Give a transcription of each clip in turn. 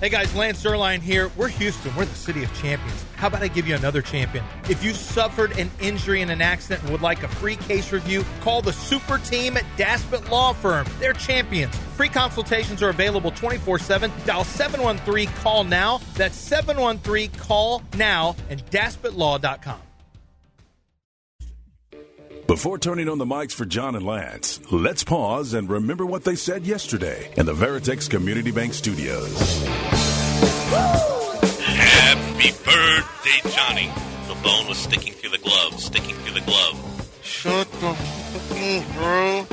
Hey guys, Lance Zerline here. We're Houston. We're the city of champions. How about I give you another champion? If you've suffered an injury in an accident and would like a free case review, call the super team at Daspit Law Firm. They're champions. Free consultations are available 24 7. Dial 713 Call Now. That's 713 Call Now and DaspitLaw.com. Before turning on the mics for John and Lance, let's pause and remember what they said yesterday in the Veritex Community Bank Studios. Happy birthday, Johnny. The bone was sticking through the glove, sticking through the glove. Shut the fucking bro.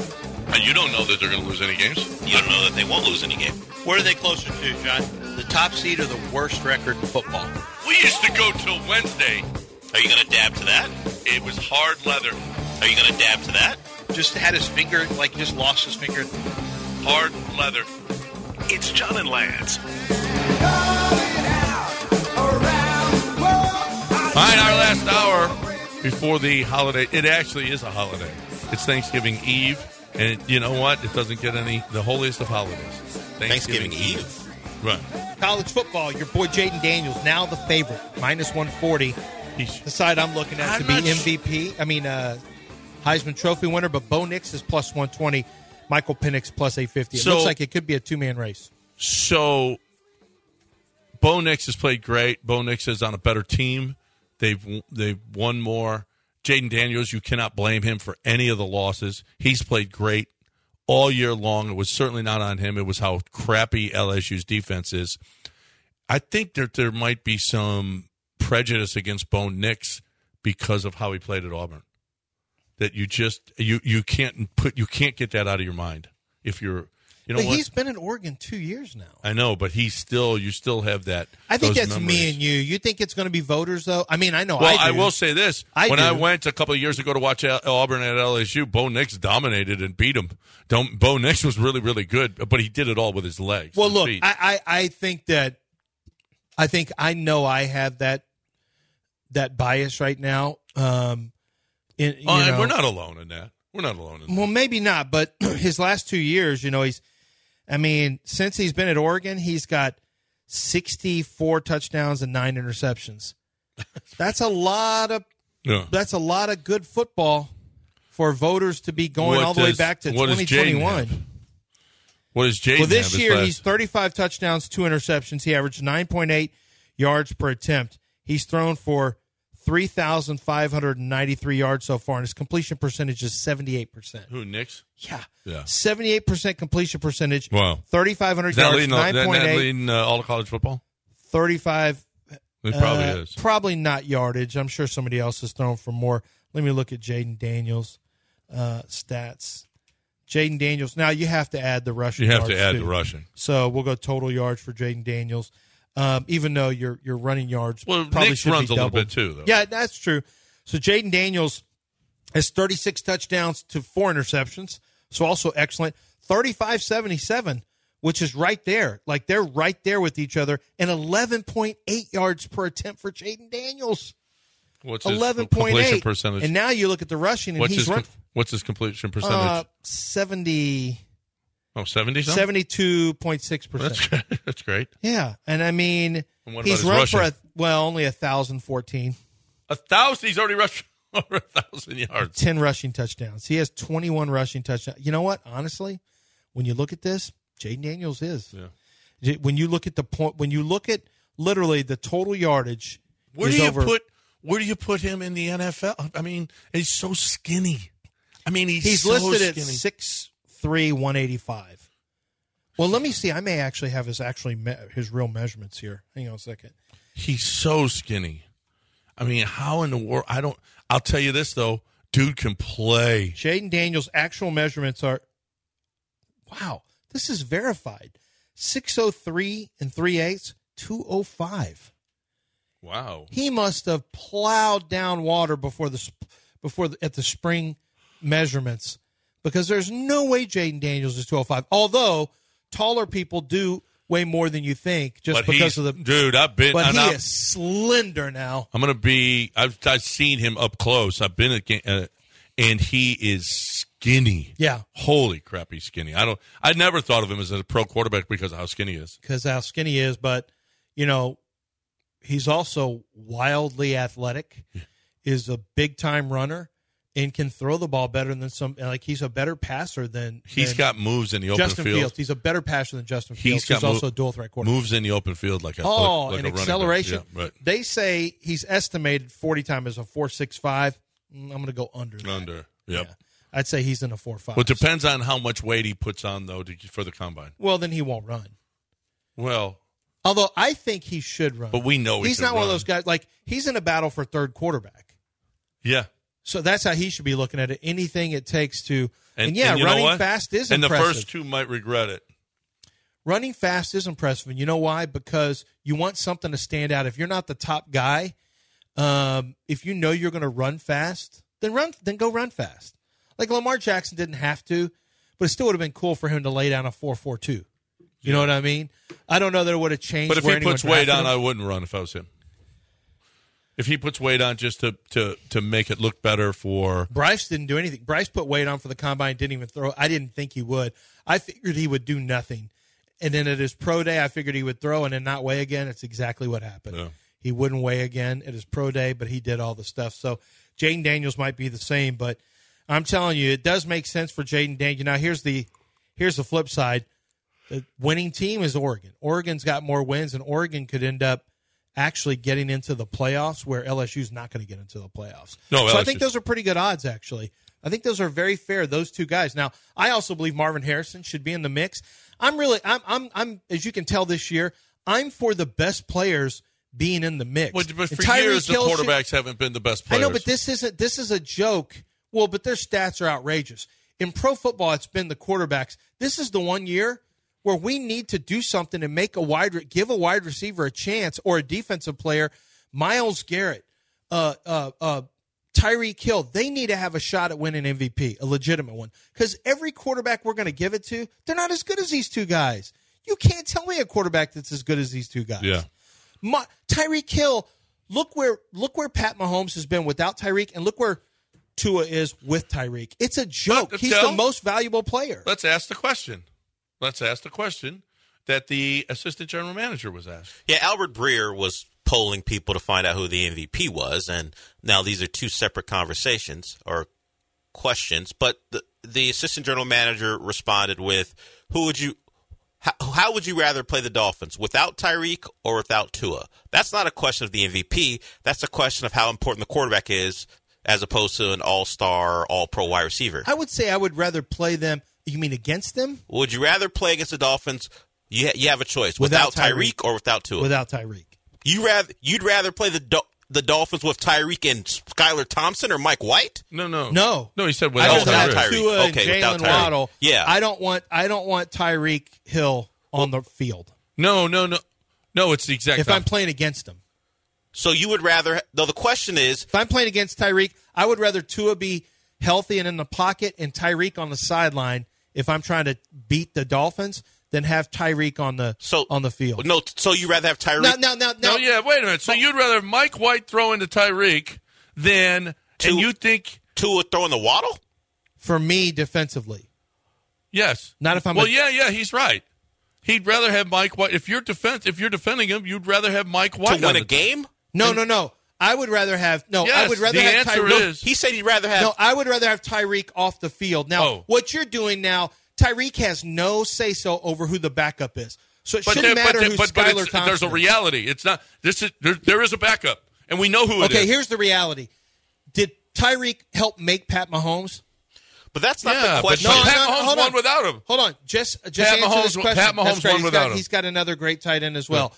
And you don't know that they're going to lose any games? You don't know that they won't lose any game. Where are they closer to, John? The top seed are the worst record in football. We used to go till Wednesday. Are you going to dab to that? It was hard leather. Are you going to dab to that? Just had his finger, like, just lost his finger. Hard leather. It's John and Lance. All right, our last hour. before the holiday. It actually is a holiday. It's Thanksgiving Eve, and you know what? It doesn't get any the holiest of holidays. Thanksgiving Eve. Right. College football, your boy Jaden Daniels, now the favorite, minus 140. He's- The side I'm looking at to be MVP, I mean, uh, Heisman Trophy winner, but Bo Nix is plus 120, Michael Penix plus 850. It So- looks like it could be a two man race. So, Bo Nix has played great. Bo Nix is on a better team. They've they've won more. Jaden Daniels, you cannot blame him for any of the losses. He's played great all year long. It was certainly not on him. It was how crappy LSU's defense is. I think that there might be some prejudice against Bo Nix because of how he played at Auburn. That you just you you can't put you can't get that out of your mind if you're you know But what? he's been in Oregon two years now. I know, but he still, you still have that. I think those that's memories. me and you. You think it's going to be voters, though? I mean, I know Well, I I, do. will say this: I when I do. went a couple of years ago to watch Al- Auburn at LSU, Bo Nix dominated and beat him. Don't Bo Nix was really, really good, but he did it all with his legs. Well, and look, feet. Uh, I, I, I think that I think I know I have that that bias right now. Um, in, you Oh, and know. we're not alone in that. We're not alone in that. Well, maybe not, but his last two years, you know, he's. I mean, since he's been at Oregon, he's got sixty-four touchdowns and nine interceptions. That's a lot of. Yeah. That's a lot of good football for voters to be going What all the way does- back to what does twenty Jaden twenty-one. have? What is Jaden? Well, have this his year last- he's 35 touchdowns, two interceptions. He averaged 9.8 yards per attempt. He's thrown for 3,593 yards so far, and his completion percentage is 78%. who Nix? Yeah. Yeah. 78% completion percentage. Wow. $3,500 Is that yards, leading, that, that 9.8, leading uh, all of college football? 35. It probably uh, is. Probably not yardage. I'm sure somebody else has thrown for more. Let me look at Jaden Daniels' uh, stats. Jaden Daniels. Now you have to add the rushing. You have to yards, add too. the Russian. So we'll go total yards for Jaden Daniels. Um, even though your your running yards Well, probably Nix should be runs a little doubled. bit too, though. Yeah, that's true. So Jaden Daniels has 36 touchdowns to four interceptions. So also excellent. 35-77, which is right there. Like they're right there with each other and 11.8 yards per attempt for Jaden Daniels. What's his 11.8 completion percentage? And now you look at the rushing and what's he's his run com- what's his completion percentage? uh, 70 oh, 70 something. 72.6%. That's great. That's great. Yeah, and I mean, And what about he's his run rushing? for a, well only a thousand fourteen. A thousand. He's already rushed over a thousand yards. 10 rushing touchdowns. He has 21 rushing touchdowns. You know what? Honestly, when you look at this, Jaden Daniels is. Yeah. J- When you look at the point, when you look at literally the total yardage, Where is do you over- put? Where do you put him in the NFL? I mean, he's so skinny. I mean, he's, He's so listed skinny. at six three one eighty five. Well, let me see. I may actually have his actually me- his real measurements here. Hang on a second. he's so skinny. I mean, how in the world? I don't. I'll tell you this though, dude can play. Jaden Daniels' actual measurements are wow, this is verified 603 and 3 eighths, 205. Wow. He must have plowed down water before the sp- before the, at the spring measurements because there's no way Jaden Daniels is 205. Although taller people do weigh more than you think just But because of he's, the dude, I've been. but and he I'm, is slender now. I'm gonna be. I've I've seen him up close. I've been at, ga- uh, and he is skinny. Yeah. Holy crap, he's skinny. I don't. I never thought of him as a pro quarterback because of how skinny he is. because how skinny he is, but you know, he's also wildly athletic, is a big time runner, and can throw the ball better than some. Like he's a better passer than He's than got moves in the open Justin field. Fields. He's a better passer than Justin He's Fields. got He's mo- also a dual threat quarterback. Moves in the open field like a Oh, like, and like a running back. acceleration. Yeah, right. They say he's estimated forty time as a four six five. Mm, I'm going to go under. that. Under. Yep. Yeah. I'd say he's in a four five. Well, it depends on how much weight he puts on though to, for the combine. well, then he won't run. Well, Although I think he should run. But we know he he's should not one of run. those guys. Like he's in a battle for third quarterback. yeah. So that's how he should be looking at it. Anything it takes to, and, yeah, you know running what? fast is And impressive. the first two might regret it. running fast is impressive, and you know why? Because you want something to stand out. If you're not the top guy, um, if you know you're going to run fast, then run, then go run fast. Like Lamar Jackson didn't have to, but it still would have been cool for him to lay down a four four two. You know what I mean? I don't know that it would have changed. But if where he anyone puts weight drafted on, him. I wouldn't run if I was him. If he puts weight on just to to to make it look better for Bryce didn't do anything. Bryce put weight on for the combine, didn't even throw. I didn't think he would. I figured he would do nothing. And then at his pro day, I figured he would throw and then not weigh again. It's exactly what happened. Yeah. He wouldn't weigh again at his pro day, but he did all the stuff. So Jaden Daniels might be the same, but I'm telling you, it does make sense for Jaden Daniels. Now here's the here's the flip side. The winning team is Oregon. Oregon's got more wins, and Oregon could end up actually getting into the playoffs where LSU's not going to get into the playoffs. so No, I LSU's think those are pretty good odds, actually. I think those are very fair. Those two guys. Now, I also believe Marvin Harrison should be in the mix. I'm really, I'm, I'm, I'm as you can tell this year, I'm for the best players being in the mix. Well, but And for Tyreek years, the Hill should- quarterbacks haven't been the best players. I know, but this isn't. This is a joke. Well, but their stats are outrageous. In pro football, it's been the quarterbacks. This is the one year where we need to do something and make a wide, re- give a wide receiver a chance or a defensive player. Miles Garrett, uh, uh, uh, Tyreek Hill, they need to have a shot at winning MVP, a legitimate one, because every quarterback we're going to give it to, they're not as good as these two guys. You can't tell me a quarterback that's as good as these two guys. Yeah. Ma- Tyreek Hill, look where look where Pat Mahomes has been without Tyreek, and look where Tua is with Tyreek. It's a joke. But, He's Dell- the most valuable player. Let's ask the question. Let's ask the question that the assistant general manager was asked. Yeah, Albert Breer was polling people to find out who the MVP was, and now these are two separate conversations or questions. But the, the assistant general manager responded with, "Who would you? How, how would you rather play the Dolphins without Tyreek or without Tua?" That's not a question of the MVP. That's a question of how important the quarterback is, as opposed to an All-Star, All-Pro wide receiver. I would say I would rather play them. You mean against them Would you rather play against the Dolphins? You, ha- you have a choice Without without, Tyreek. Tyreek, or without Tua. without Tyreek? You rather you'd rather play the Dol the Dolphins with Tyreek and Skylar Thompson or Mike White? No, no, No, no. He I said Oh, without don't without have Tyreek. Tyreek. Tua Okay, and without Jalen Tyreek. Waddle. Yeah. I don't want I don't want Tyreek Hill on the field No, no, no, no. It's the exact. if I'm playing against him. So you would rather though the question is If I'm playing against Tyreek, I would rather Tua be healthy and in the pocket and Tyreek on the sideline if I'm trying to beat the Dolphins than have Tyreek on the so on the field. No, so you rather have Tyreek no, no, no, no, no. yeah. Wait a minute. So you'd rather have Mike White throw into Tyreek than and Two- you think Tua throwing the waddle? For me, defensively, yes? Not if I'm Well, a- yeah, yeah. He's right. He'd rather have Mike White. If you're defense, if you're defending him, you'd rather have Mike White to on win the- a game? no, no, no. I would rather have no. I Yes, would rather the have answer Tyreek. is He said he'd rather have No, I would rather have Tyreek off the field. Now, Oh. what you're doing now, Tyreek has no say so over who the backup is. So it shouldn't there- matter there- who but Skylar it's- Thompson. There's a is. reality. It's not. This is there, there is a backup, and we know who it is. Okay, here's the reality. Did Tyreek help make Pat Mahomes? but that's not Yeah, the but question. no, Pat Mahomes won without him. Hold on, just just Pat answer Mahomes this won- question. Pat Mahomes That's great. won He's without got, him. He's got another great tight end as well,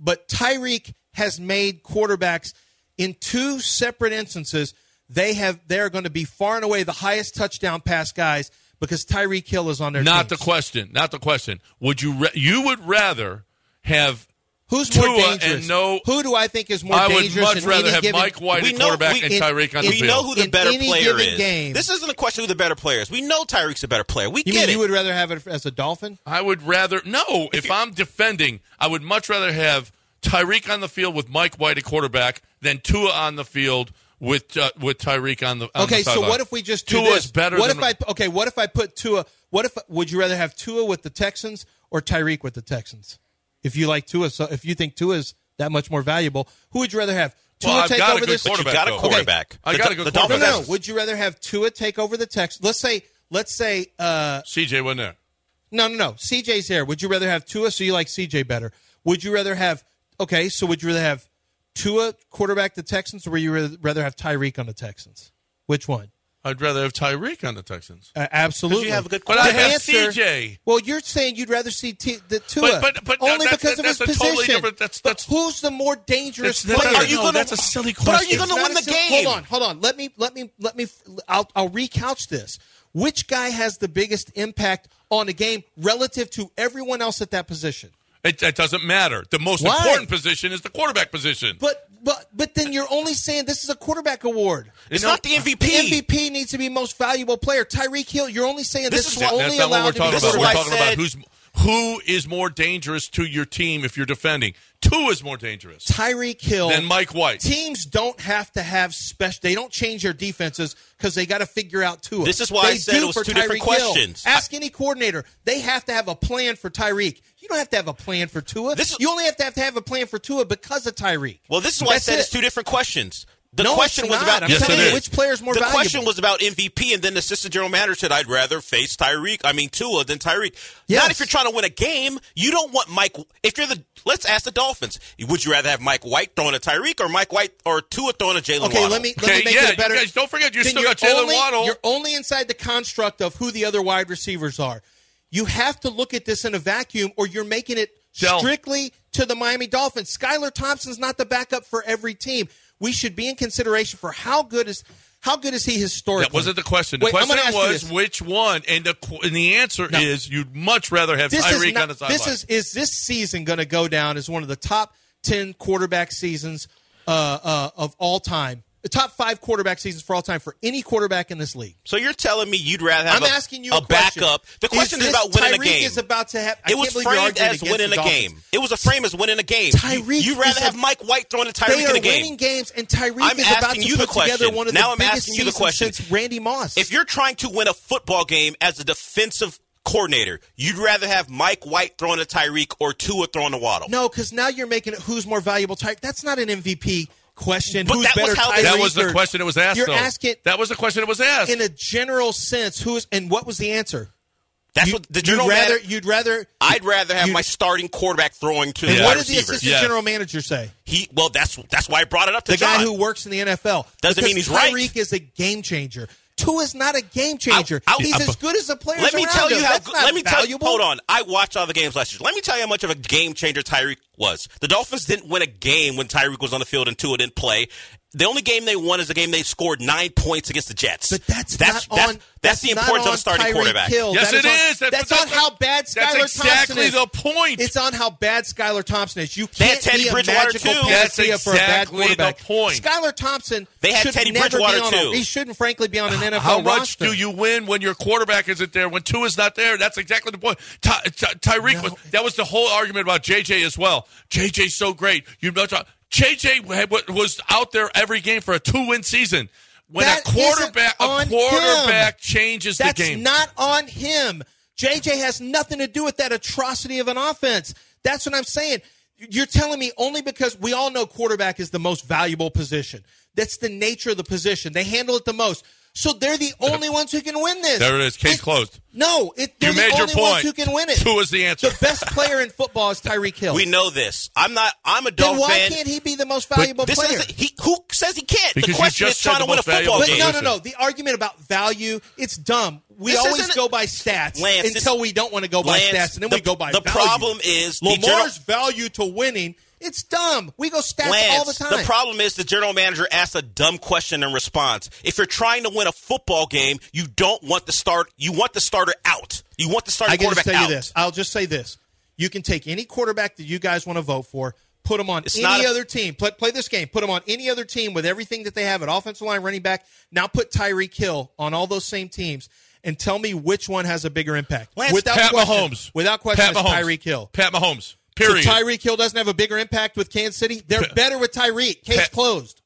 but Tyreek has made quarterbacks in two separate instances. They have they are going to be far and away the highest touchdown pass guys because Tyreek Hill is on their Not teams. the question. Not the question. Would you? Ra- you would rather have? Who's more Tua dangerous? and no- Who do I think is more I would dangerous? much in rather any have given- Mike White, we at know- quarterback, we- and in- Tyreek on the we field. know who the In better any player given is. game- This isn't a question of who the better player is. We know Tyreek's a better player. We You get mean it. you would rather have it as a Dolphin? I would rather no. If I'm defending, I would much rather have Tyreek on the field with Mike White at quarterback than Tua on the field with uh, with Tyreek on the on Okay, the so sideline. what if we just do Tua's this? better? What than, if I okay? What if I put Tua? What if would you rather have Tua with the Texans or Tyreek with the Texans? If you like Tua, so if you think Tua is that much more valuable, who would you rather have? Tua Well, I've take got a over good this? But you Quarterback, got though. a quarterback. I The got Do- a good the quarterback. No, Dolphins no. have- Would you rather have Tua take over the Texans? Let's say, let's say, uh, CJ went there? no, no, no. CJ's there. Would you rather have Tua? So you like CJ better? Would you rather have? Okay, so would you rather have Tua quarterback the Texans, or would you rather- rather have Tyreek on the Texans? Which one? I'd rather have Tyreek on the Texans. Uh, absolutely. have a good But I The have answer- CJ. Well, you're saying you'd rather see T- the Tua, But- but- but only that's- because of his that's a position. totally different- that's- But that's- who's the more dangerous That's- player? that's- Are you no, gonna- that's a silly But are you question. going to It's win the not a silly- game? Hold on, hold on. Let me, let me, let me. I'll, I'll recouch this. Which guy has the biggest impact on a game relative to everyone else at that position? It, it doesn't matter. The most Why? important position is the quarterback position. But, but, but then you're only saying this is a quarterback award. It's You know- not the MVP. MVP needs to be most valuable player. Tyreek Hill. You're only saying this, This is what- only that's not allowed what we're to be talking about. This is We're why I quarterback. talking about said- who's who is more dangerous to your team if you're defending. Two is more dangerous Tyreek Hill than Mike White. teams don't have to have special. They don't change their defenses because they got to figure out Tua. This is why I They said do it was for two different Tyreek Hill. questions. Ask any coordinator; they have to have a plan for Tyreek. You don't have to have a plan for Tua. This is- you only have to have to have a plan for Tua because of Tyreek. Well, this is why That's I said it. it's two different questions. The No, question it's was not. about I'm Yes, telling it you is. which player's more the valuable. question was about MVP, and then the assistant general manager said, "I'd rather face Tyreek. I mean Tua than Tyreek. Yes. Not if you're trying to win a game. You don't want Mike. If you're the, let's ask the Dolphins. Would you rather have Mike White throwing a Tyreek or Mike White or Tua throwing a Jalen? Okay, Waddle? let me let Okay, me make yeah, it a better. you guys don't forget you Then still you're got Jalen only- Waddle. You're only inside the construct of who the other wide receivers are. You have to look at this in a vacuum, or you're making it Del. strictly to the Miami Dolphins. Skylar Thompson's not the backup for every team. We should be in consideration for how good is how good is he historically. That wasn't the question. The Wait, I'm question gonna ask you was this. which one, and the qu- and the answer is you'd much rather have this is Tyreek not- on the sideline. this is is this season going to go down as one of the top ten quarterback seasons uh, uh, of all time? The top five quarterback seasons for all time for any quarterback in this league. So you're telling me you'd rather have I'm a, asking you a, a, question. backup? The question is, this- about winning Tyreek a game. is about to have. I it can't was believe you're framed arguing as against winning the a Dolphins. game. It was a frame as winning a game. Tyreek you, is would rather a- have Mike White throwing a They Tyreek are in a game. winning games, and Tyreek I'm is about to asking you the put together question. one of Now the I'm biggest asking you the seasons question. since Randy Moss. If you're trying to win a football game as a defensive coordinator, you'd rather have Mike White throwing a Tyreek or Tua throwing a Waddle. no, because now you're making it who's more valuable. Tyreek. That's not an MVP question. But who's that was better, how they- Tyreek that was the or- question that was asked. You're though. asking that was the question that was asked. in a general sense who's and what was the answer? That's You- what the general you'd rather. manager. You'd rather. I'd rather have you- my starting quarterback throwing to And the what did wide the receiver. assistant Yes. general manager say? He well, that's that's why I brought it up to The John. guy who works in the NFL Doesn't Because mean he's Tyreek right. is a game changer. Tua is not a game changer. I- I- he's I- as good as the players Let me around tell him. you how. That's good- not Let me tell you. valuable. Hold on. I watched all the games last year. Let me tell you how much of a game changer Tyreek was. The Dolphins didn't win a game when Tyreek was on the field and Tua didn't play. The only game they won is a game they scored nine points against the Jets. But that's that's not that's, on. that's the not importance of on a starting Tyreek quarterback. Hill. Yes, That it on- is. That's- That's, but on that's- how bad Skylar that's Thompson exactly is. the point. It's on how bad Skylar Thompson is. You They can't had Teddy be a Bridgewater, magical too. panacea That's for a bad exactly the quarterback. point. Skylar Thompson. They had should Teddy never be Bridgewater, on a- too. he shouldn't, frankly, be on an NFL How much roster. do you win when your quarterback isn't there? When two is not there, that's exactly the point. Ty- Ty- Tyreek was that was the whole argument about JJ as well. JJ's so great. You know, JJ had- wa- was out there every game for a two-win season. When That a quarterback, isn't a on quarterback him. changes That's the game. not on him. JJ has nothing to do with that atrocity of an offense. That's what I'm saying. You're telling me only because we all know quarterback is the most valuable position. That's the nature of the position. They handle it the most. So they're the only ones who can win this. There it is. Case closed. No, it, they're you the made only your ones point. who can win it. Two is the answer. The best player in football is Tyreek Hill. We know this. I'm not. I'm Oh. a then Dolphin why fan. can't he be the most valuable this player? is he, who says he can't. Because you the question just is said trying the to win a most football valuable But game. no, no, Listen. no. The argument about value, it's dumb. We This always isn't- go by stats Lance, this- until we don't want to go by Lance, stats, and then the- we go by the value. problem is the Lamar's general- value to winning. It's dumb. We go stats Lance, all the time. problem is the general manager asked a dumb question in response. If you're trying to win a football game, you don't want the start. You want the starter out. You want the starting I can just quarterback tell out. you this. I'll just say this. You can take any quarterback that you guys want to vote for, put them on It's not any a- other team. Play, play this game. Put them on any other team with everything that they have at offensive line, running back. Now put Tyreek Hill on all those same teams and tell me which one has a bigger impact. Lance, without Pat question, Mahomes. Without question, Pat it's Mahomes. Tyreek Hill. Pat Mahomes. So Period. Tyreek Hill doesn't have a bigger impact with Kansas City. They're Pa- better with Tyreek. Case Pa- closed.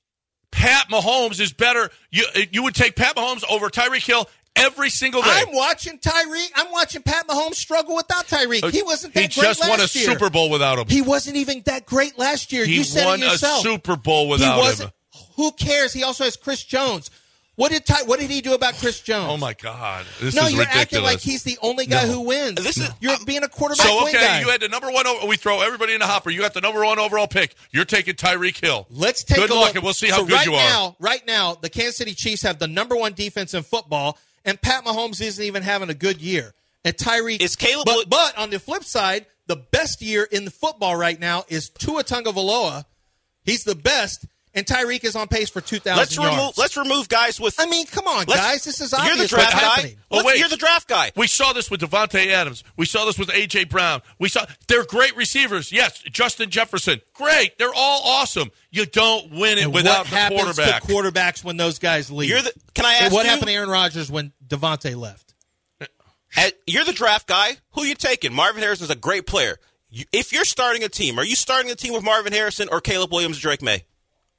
Pat Mahomes is better. You you would take Pat Mahomes over Tyreek Hill every single day. I'm watching Tyreek. I'm watching Pat Mahomes struggle without Tyreek. He wasn't that he great just won a last year. Super Bowl without him. He wasn't even that great last year. He you said won it a yourself. Super Bowl without he wasn't, him. Who cares? He also has Chris Jones. What did Ty, What did he do about Chris Jones? oh my God, this no, is you're ridiculous. acting like he's the only guy who wins. This is- you're being a quarterback. so wing okay, guy. you had the number one. Over, we throw everybody in the hopper. You got the number one overall pick. You're taking Tyreek Hill. Let's take good a luck, look. and we'll see how So good right you are. Now, right now, the Kansas City Chiefs have the number one defense in football, and Pat Mahomes isn't even having a good year. And Tyreek Is Caleb But, Wood- but on the flip side, the best year in the football right now is Tua Tagovailoa. He's the best, and Tyreek is on pace for two thousand. Let's remove let's remove guys with I mean, come on, let's- guys. This is obvious. You're the what's draft guy. happening. Oh, Let's- wait. You're the draft guy. We saw this with Devontae Adams. We saw this with AJ Brown. We saw they're great receivers. Yes, Justin Jefferson, great. They're all awesome. You don't win it And without what the happens quarterback. to quarterbacks when those guys leave? You're the Can I ask and what you? happened to Aaron Rodgers when Devontae left? At- uh, you're the draft guy. Who you taking? Marvin Harrison's a great player. You, if you're starting a team, are you starting a team with Marvin Harrison or Caleb Williams, Drake May?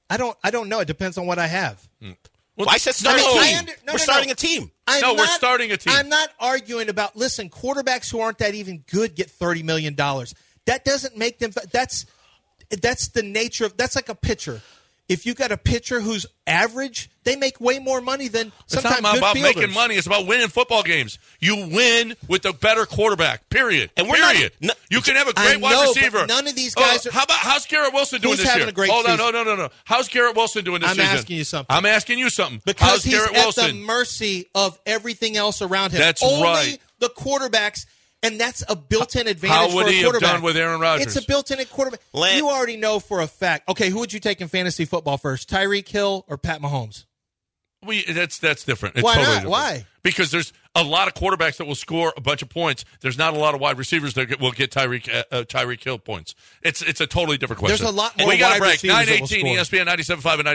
I don't. I don't know. It depends on what I have. Well, Well, I said starting no, a I team. under- no, no, We're no. starting a team. I'm No, we're starting a team. I'm not arguing about. Listen, quarterbacks who aren't that even good get thirty million dollars. That doesn't make them. That's that's the nature of. That's like a pitcher. If you got a pitcher who's average, they make way more money than it's sometimes not good about fielders. making money. It's about winning football games. You win with a better quarterback. Period. And we're not- period. no- you can have a I great wide know, but receiver. none of these guys Oh, are- how about how's Garrett Wilson doing He's this having year? a great oh no, season. no, no, no, no. How's Garrett Wilson doing this I'm season? asking you something. I'm asking you something. how's because he's Garrett at Wilson? the mercy of everything else around him. That's Only right. The quarterbacks. And that's a built-in advantage would for a he have quarterback. done with Aaron Rodgers? It's a built-in quarterback. Lan- you already know for a fact. Okay, who would you take in fantasy football first, Tyreek Hill or Pat Mahomes? We that's that's different. It's Why totally not? different. Why? Because there's a lot of quarterbacks that will score a bunch of points. There's not a lot of wide receivers that get- will get Tyreek uh, uh, Tyreek Hill points. It's it's a totally different question. There's a lot more We got wide a break. E receivers that will 918 score. ESPN 97.5 and 92.5.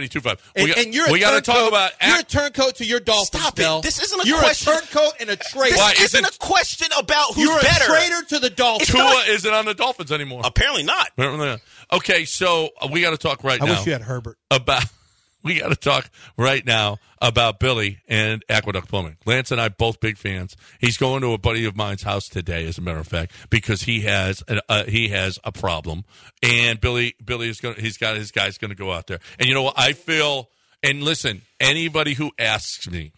And, we got, and you're a we gotta turncoat- talk about you're a act- turncoat to your Dolphins. Stop it. Bill. This isn't a you're question. a turncoat and a traitor. This Why isn't, isn't- a question about who's You're a better. traitor to the Dolphins. It's Tua isn't on the Dolphins anymore. Apparently not. Apparently not. Okay, so uh, we got to talk right I now wish you had Herbert. about we got to talk right now about Billy and Aqueduct Plumbing. Lance and I both big fans. He's going to a buddy of mine's house today, as a matter of fact, because he has an, uh, he has a problem, and Billy Billy is going. to He's got his guy's going to go out there, and you know what? I feel and listen. Anybody who asks me,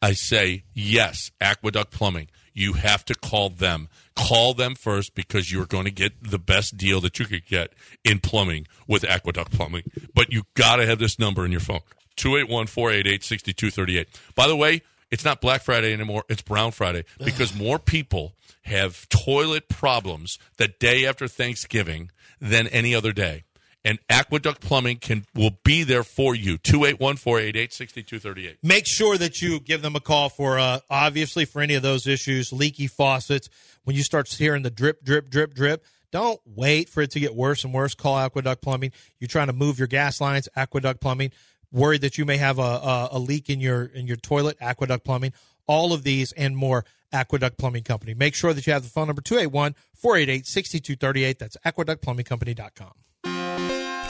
I say, yes, Aqueduct Plumbing. You have to call them. Call them first because you're going to get the best deal that you could get in plumbing with Aqueduct Plumbing. But you got to have this number in your phone 281 488 6238. By the way, it's not Black Friday anymore, it's Brown Friday because more people have toilet problems the day after Thanksgiving than any other day. And Aqueduct Plumbing can will be there for you. 281 488 6238. Make sure that you give them a call for uh, obviously for any of those issues, leaky faucets. When you start hearing the drip, drip, drip, drip, don't wait for it to get worse and worse. Call Aqueduct Plumbing. You're trying to move your gas lines, Aqueduct Plumbing. Worried that you may have a, a, a leak in your in your toilet, Aqueduct Plumbing. All of these and more, Aqueduct Plumbing Company. Make sure that you have the phone number 281 488 6238. That's aqueductplumbingcompany.com.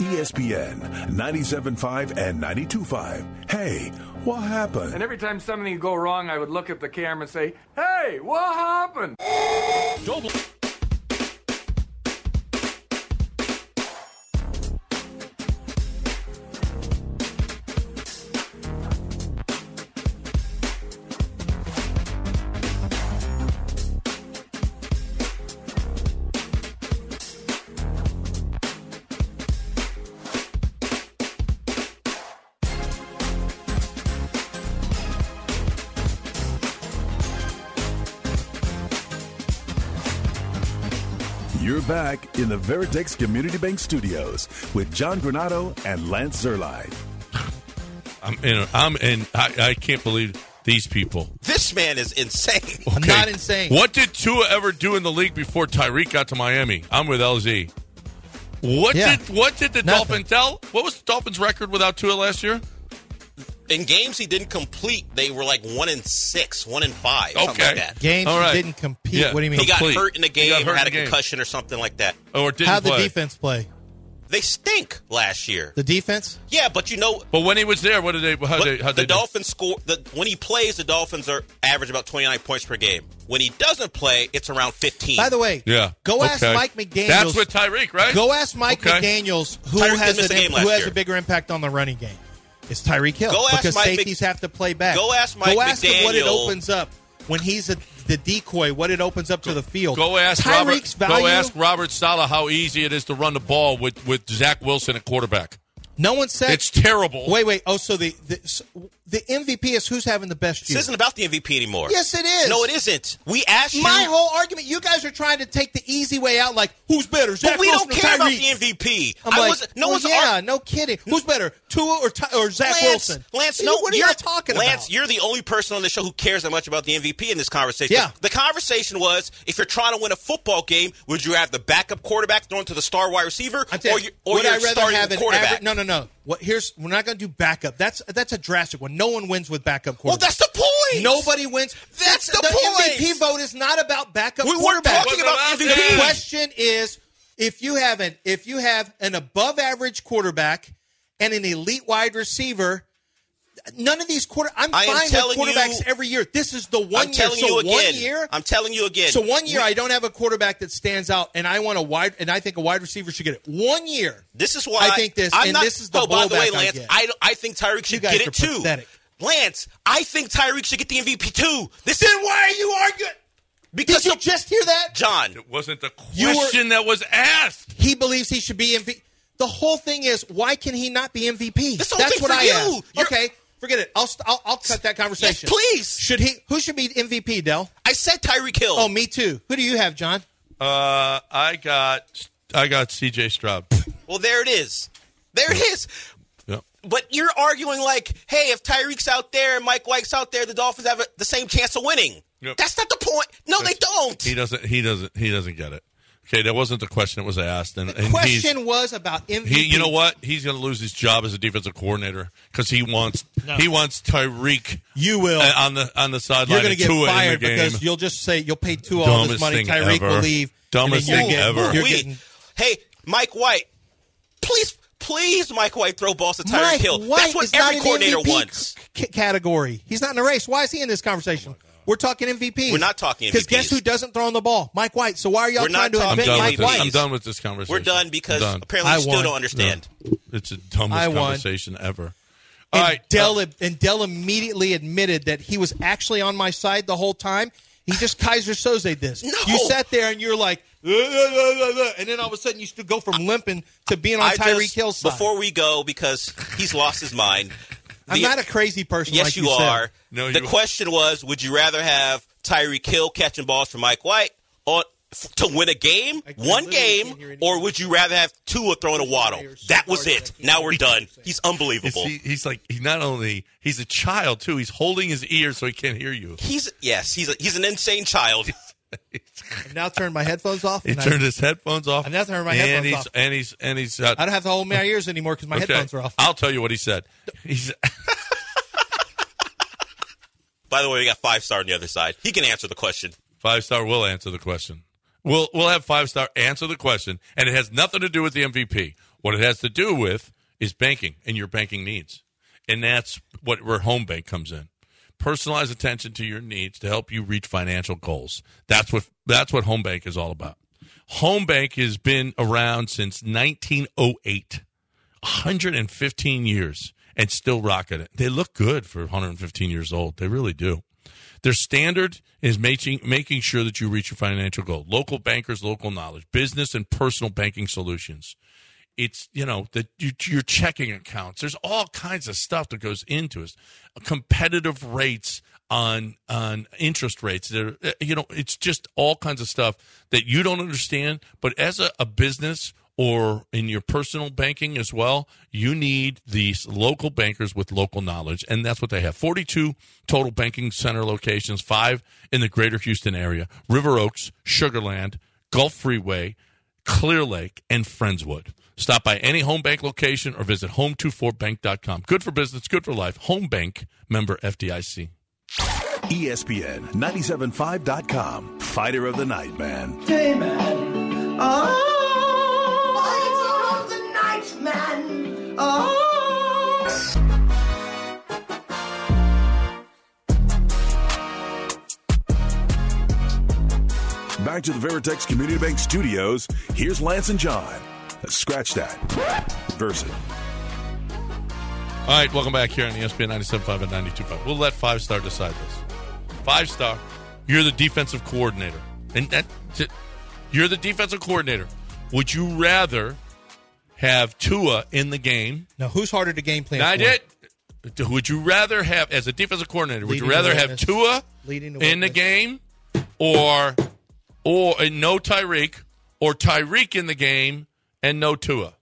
E ESPN 97.5 and 92.5. Hey, what happened? And every time something would go wrong, I would look at the camera and say, Hey, what happened? You're back in the Veritex Community Bank Studios with John Granado and Lance Zerline. I'm in. I'm in. I, I can't believe these people. This man is insane. I'm not insane. What did Tua ever do in the league before Tyreek got to Miami? I'm with LZ. What Yeah. did what did the Nothing. Dolphins tell? What was the Dolphins' record without Tua last year? In games he didn't complete, they were like one in six, one in five, something Okay. like that. Games All right. didn't compete. Yeah. What do you mean? He got Complete. hurt in the He got game, hurt had a in the game. concussion or something like that. Or did How'd the defense play? They stink last year. The defense? Yeah, but you know. But when he was there, what did they? How they? How the they do? Dolphins score. The, when he plays, the Dolphins are average about 29 points per game. When he doesn't play, it's around 15. By the way, Yeah. go Okay. ask Mike McDaniels. That's with Tyreek, right? Go ask Mike Okay. McDaniels who Tyreek has, didn't miss an a game im- last who has year. a bigger impact on the running game. It's Tyreek Hill Go ask because Mike Mc- safeties have to play back. Go ask Mike Go ask him what it McDaniel. opens up when he's a, the decoy. What it opens up to the field. Go ask Tyreek's Robert. value. Go ask Robert Sala how easy it is to run the ball with with Zach Wilson at quarterback. No one said It's terrible. Wait, wait. Oh, so the the, s- the MVP is who's having the best year? this isn't about the MVP anymore. Yes, it is. No, it isn't. We asked you. My whole argument. You guys are trying to take the easy way out. Like who's better? Zach but we Wilson don't care or about Tyreek? the MVP. I'm I like, wasn't- no well, one's yeah, ar- no kidding. Who's better, Tua or Ty- or Zach Lance, Wilson? Lance, Dude, no, what are you're, you talking Lance, about? you're the only person on the show who cares that much about the MVP in this conversation. Yeah. The conversation was if you're trying to win a football game, would you have the backup quarterback thrown to the star wide receiver, I'm telling or, you, you, or would your I rather starting have an quarterback? average- no, no, no. What? Here's we're not going to do backup. That's that's a drastic one. No one wins with backup Well, quarterback. that's the point. Nobody wins. That's the point. MVP vote is not about backup We weren't quarterbacks. talking Wasn't about allowed to. The MVP. question is if you have an if you have an above average quarterback and an elite wide receiver. None of these quarter. I'm I am fine with telling you- quarterbacks every year. This is the one I'm year. telling So you again. one year, I'm telling you again. so one year I don't have a quarterback that stands out, and I want a wide, and I think a wide receiver should get it. One year. This is why I think this, I'm and not, this is the oh, by the way, blowback I Lance, get. I, I think Tyreek should guys get are it too. pathetic. Lance, I think Tyreek should get the MVP too. This Then why are you arguing? because Did you of- just hear that? John. It wasn't the You were- question that was asked. He believes he should be MVP. The whole thing is why can he not be MVP? This whole That's thing what for I you. asked. You're- Okay, forget it. I'll, st- I'll I'll cut that conversation. please. Should he? Who should be MVP? Dell. I said Tyreek Hill. Oh, me too. Who do you have, John? Uh, I got I got C.J. Stroud. Well, there it is. There it is. Yep. But you're arguing like, hey, if Tyreek's out there and Mike White's out there, the Dolphins have a, the same chance of winning. Yep. That's not the point. No, they don't. He doesn't. He doesn't. He doesn't get it. Okay, that wasn't the question that was asked. And, The and he's- question was about MVP. He, you know what? He's going to lose his job as a defensive coordinator because he wants he wants Tyreek You will. uh, on the on the You're going sideline. to and get Tua in the fired game. because you'll just say you'll pay two all this Dumbest money. thing Tyreek ever. will leave. Dumbest and then thing you're getting, ever. You're We- getting hey, Mike White, please, please, Mike White, throw balls to Tyreek Mike Hill. White That's is what not every in coordinator the MVP wants. Oh c- category. He's not in the race. Why is he in this conversation? We're talking MVP. We're not talking Because MVPs. guess who doesn't throw on the ball? Mike White. So why are y'all We're trying not to talking I'm invent done, Mike with this. White? I'm done with this conversation. We're done because I'm done. apparently I you still won. don't understand. it's the dumbest I won. conversation ever. All And right, Dell, uh, and Dell immediately admitted that he was actually on my side the whole time. He just Kaiser Soze this. No. You sat there and you're like, "Uh, uh, uh, uh, uh," and then all of a sudden you used to go from limping to being on I Tyreek just- Hill's side. Before we go, because he's lost his mind. I'm the- not a crazy person. Yes, like you, you, said. are. No, the you- question was, would you rather have Tyreek Hill catching balls from Mike White or f- to win a game, one game, or would you rather have Tua throwing a waddle? That was it. Now we're done. He's is unbelievable. he, he's like he's not only he's a child too. He's holding his ear so he can't hear you. He's yes, he's a, he's an insane child. I've now turned my headphones off. He and I- turned his headphones off. I'm not turning my and headphones he's, off. And he's and he's uh, I don't have to hold my ears anymore because my okay. headphones are off. I'll tell you what he said. He's By the way, we got five star on the other side. He can answer the question. Five star will answer the question. We'll we'll have five star answer the question, and it has nothing to do with the MVP. What it has to do with is banking and your banking needs, and that's what where Home Bank comes in. Personalized attention to your needs to help you reach financial goals. That's what that's what Home Bank is all about. Home Bank has been around since 1908. 115 years and still rocking it. They look good for 115 years old. They really do. Their standard is making making sure that you reach your financial goal. Local bankers, local knowledge, business and personal banking solutions. It's you know that you, your checking accounts. There's all kinds of stuff that goes into it. Competitive rates on on interest rates. There, uh, you know, it's just all kinds of stuff that you don't understand. But as a, a business or in your personal banking as well, you need these local bankers with local knowledge. And that's what they have 42 total banking center locations, five in the greater Houston area River Oaks, Sugarland, Gulf Freeway, Clear Lake, and Friendswood. Stop by any home bank location or visit home24bank.com. Good for business, good for life. Home Bank member E FDIC. ESPN 975.com. Fighter of the Night, man. Hey, man. Oh, fighter of the night. Oh. Back to the Veritex Community Bank Studios. Here's Lance and John. Scratch that. Verse it. All right, welcome back here on E ESPN 97.5 and 92.5. We'll let Five Star decide this. Five Star, you're the defensive coordinator. And that, t- you're the defensive coordinator. Would you rather have Tua in the game? Now, who's harder to game plan? Not for? yet. Would you rather have, as a defensive coordinator, would Leading you the rather have witness. Tua Leading the in the witness. game or, or and no Tyreek or Tyreek in the game and no Tua?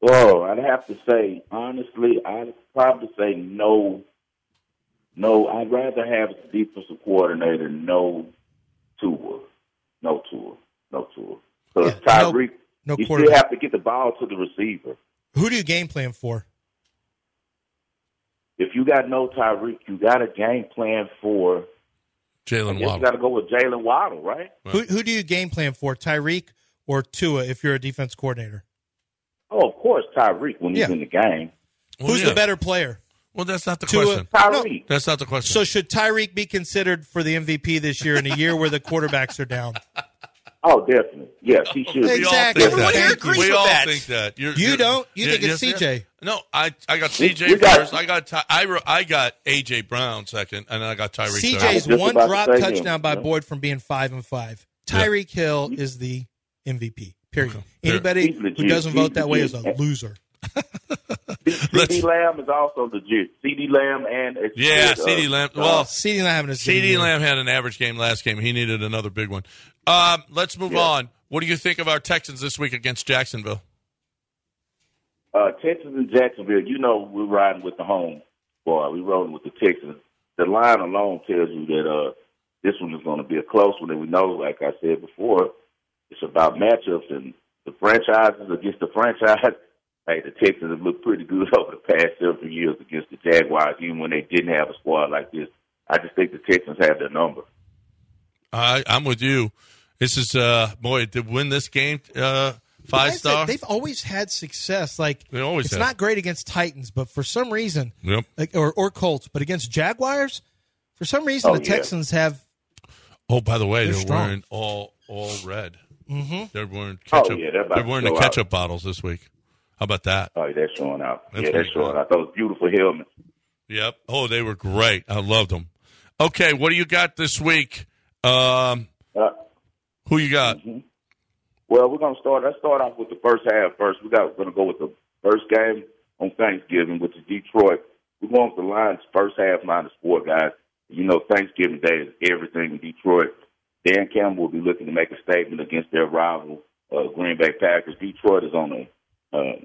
Whoa, I'd have to say, honestly, I'd probably say no. No, I'd rather have the defensive coordinator no Tua. No Tua. No Tua. Because Yeah, no- Tyreek, no you still quarterback. have to get the ball to the receiver. Who do you game plan for? If you got no Tyreek, you got a game plan for. I Jalen guess Waddle. You got to go with Jalen Waddle, right? Who, who do you game plan for? Tyreek or Tua if you're a defense coordinator? Oh, of course, Tyreek when he's Yeah. in the game. Well, Who's yeah. the better player? Well, that's not the Tua- question. Tyreek. That's not the question. So should Tyreek be considered for the MVP this year in a year where the quarterbacks are down? Oh, definitely. Yes, he should. We all Exactly. think Everyone that. here agrees we with all that. think that. You're, You don't? You think it's yes, CJ. No, I I got We- CJ we got- first. I got Ty, I, wrote- I got AJ Brown second, and I got Tyreek. third. CJ's I was just one about to drop say him. touchdown by Yeah. Boyd from being five and five. Yeah. Tyreek Hill is the MVP. Period. Anybody He's legit. who doesn't He's vote that way is legit. a loser. CD Lamb is also legit. CD Lamb and Yeah, uh, CD Lamb. uh, Well, CD Lamb having a CD Lamb had an average game last game. He needed another big one. Um, let's move Yeah. on. What do you think of our Texans this week against Jacksonville? uh, Texas and Jacksonville, you know we're riding with the home boy. We're rolling with the Texans. The line alone tells you that uh, this one is going to be a close one. And we know, like I said before, it's about matchups and the franchises against the franchise. Hey, the Texans have looked pretty good over the past several years against the Jaguars, even when they didn't have a squad like this. I just think the Texans have their number. I I'm with you. This is uh boy to win this game uh, five Guys that- star. They've always had success. Like They always it's have. not great against Titans, but for some reason, Yep. like, or or Colts, but against Jaguars, for some reason Oh, the yeah. Texans have. Oh, by the way, They're they're, strong. wearing all all red. Mm-hmm. They're wearing Oh, ketchup. yeah, they're they're, about to wearing the go out. ketchup bottles this week. How about that? Oh, yeah, that's showing out. That's yeah, pretty that's showing good. out. Those beautiful helmets. Yep. Oh, they were great. I loved them. Okay, what do you got this week? Um, Uh, who you got? Mm-hmm. Well, we're gonna start. Let's start off with the first half first. We got we're gonna go with the first game on Thanksgiving, which is Detroit. We're going with the Lions first half minus four, guys. You know, Thanksgiving Day is everything in Detroit. Dan Campbell will be looking to make a statement against their rival, uh, Green Bay Packers. Detroit is on a uh,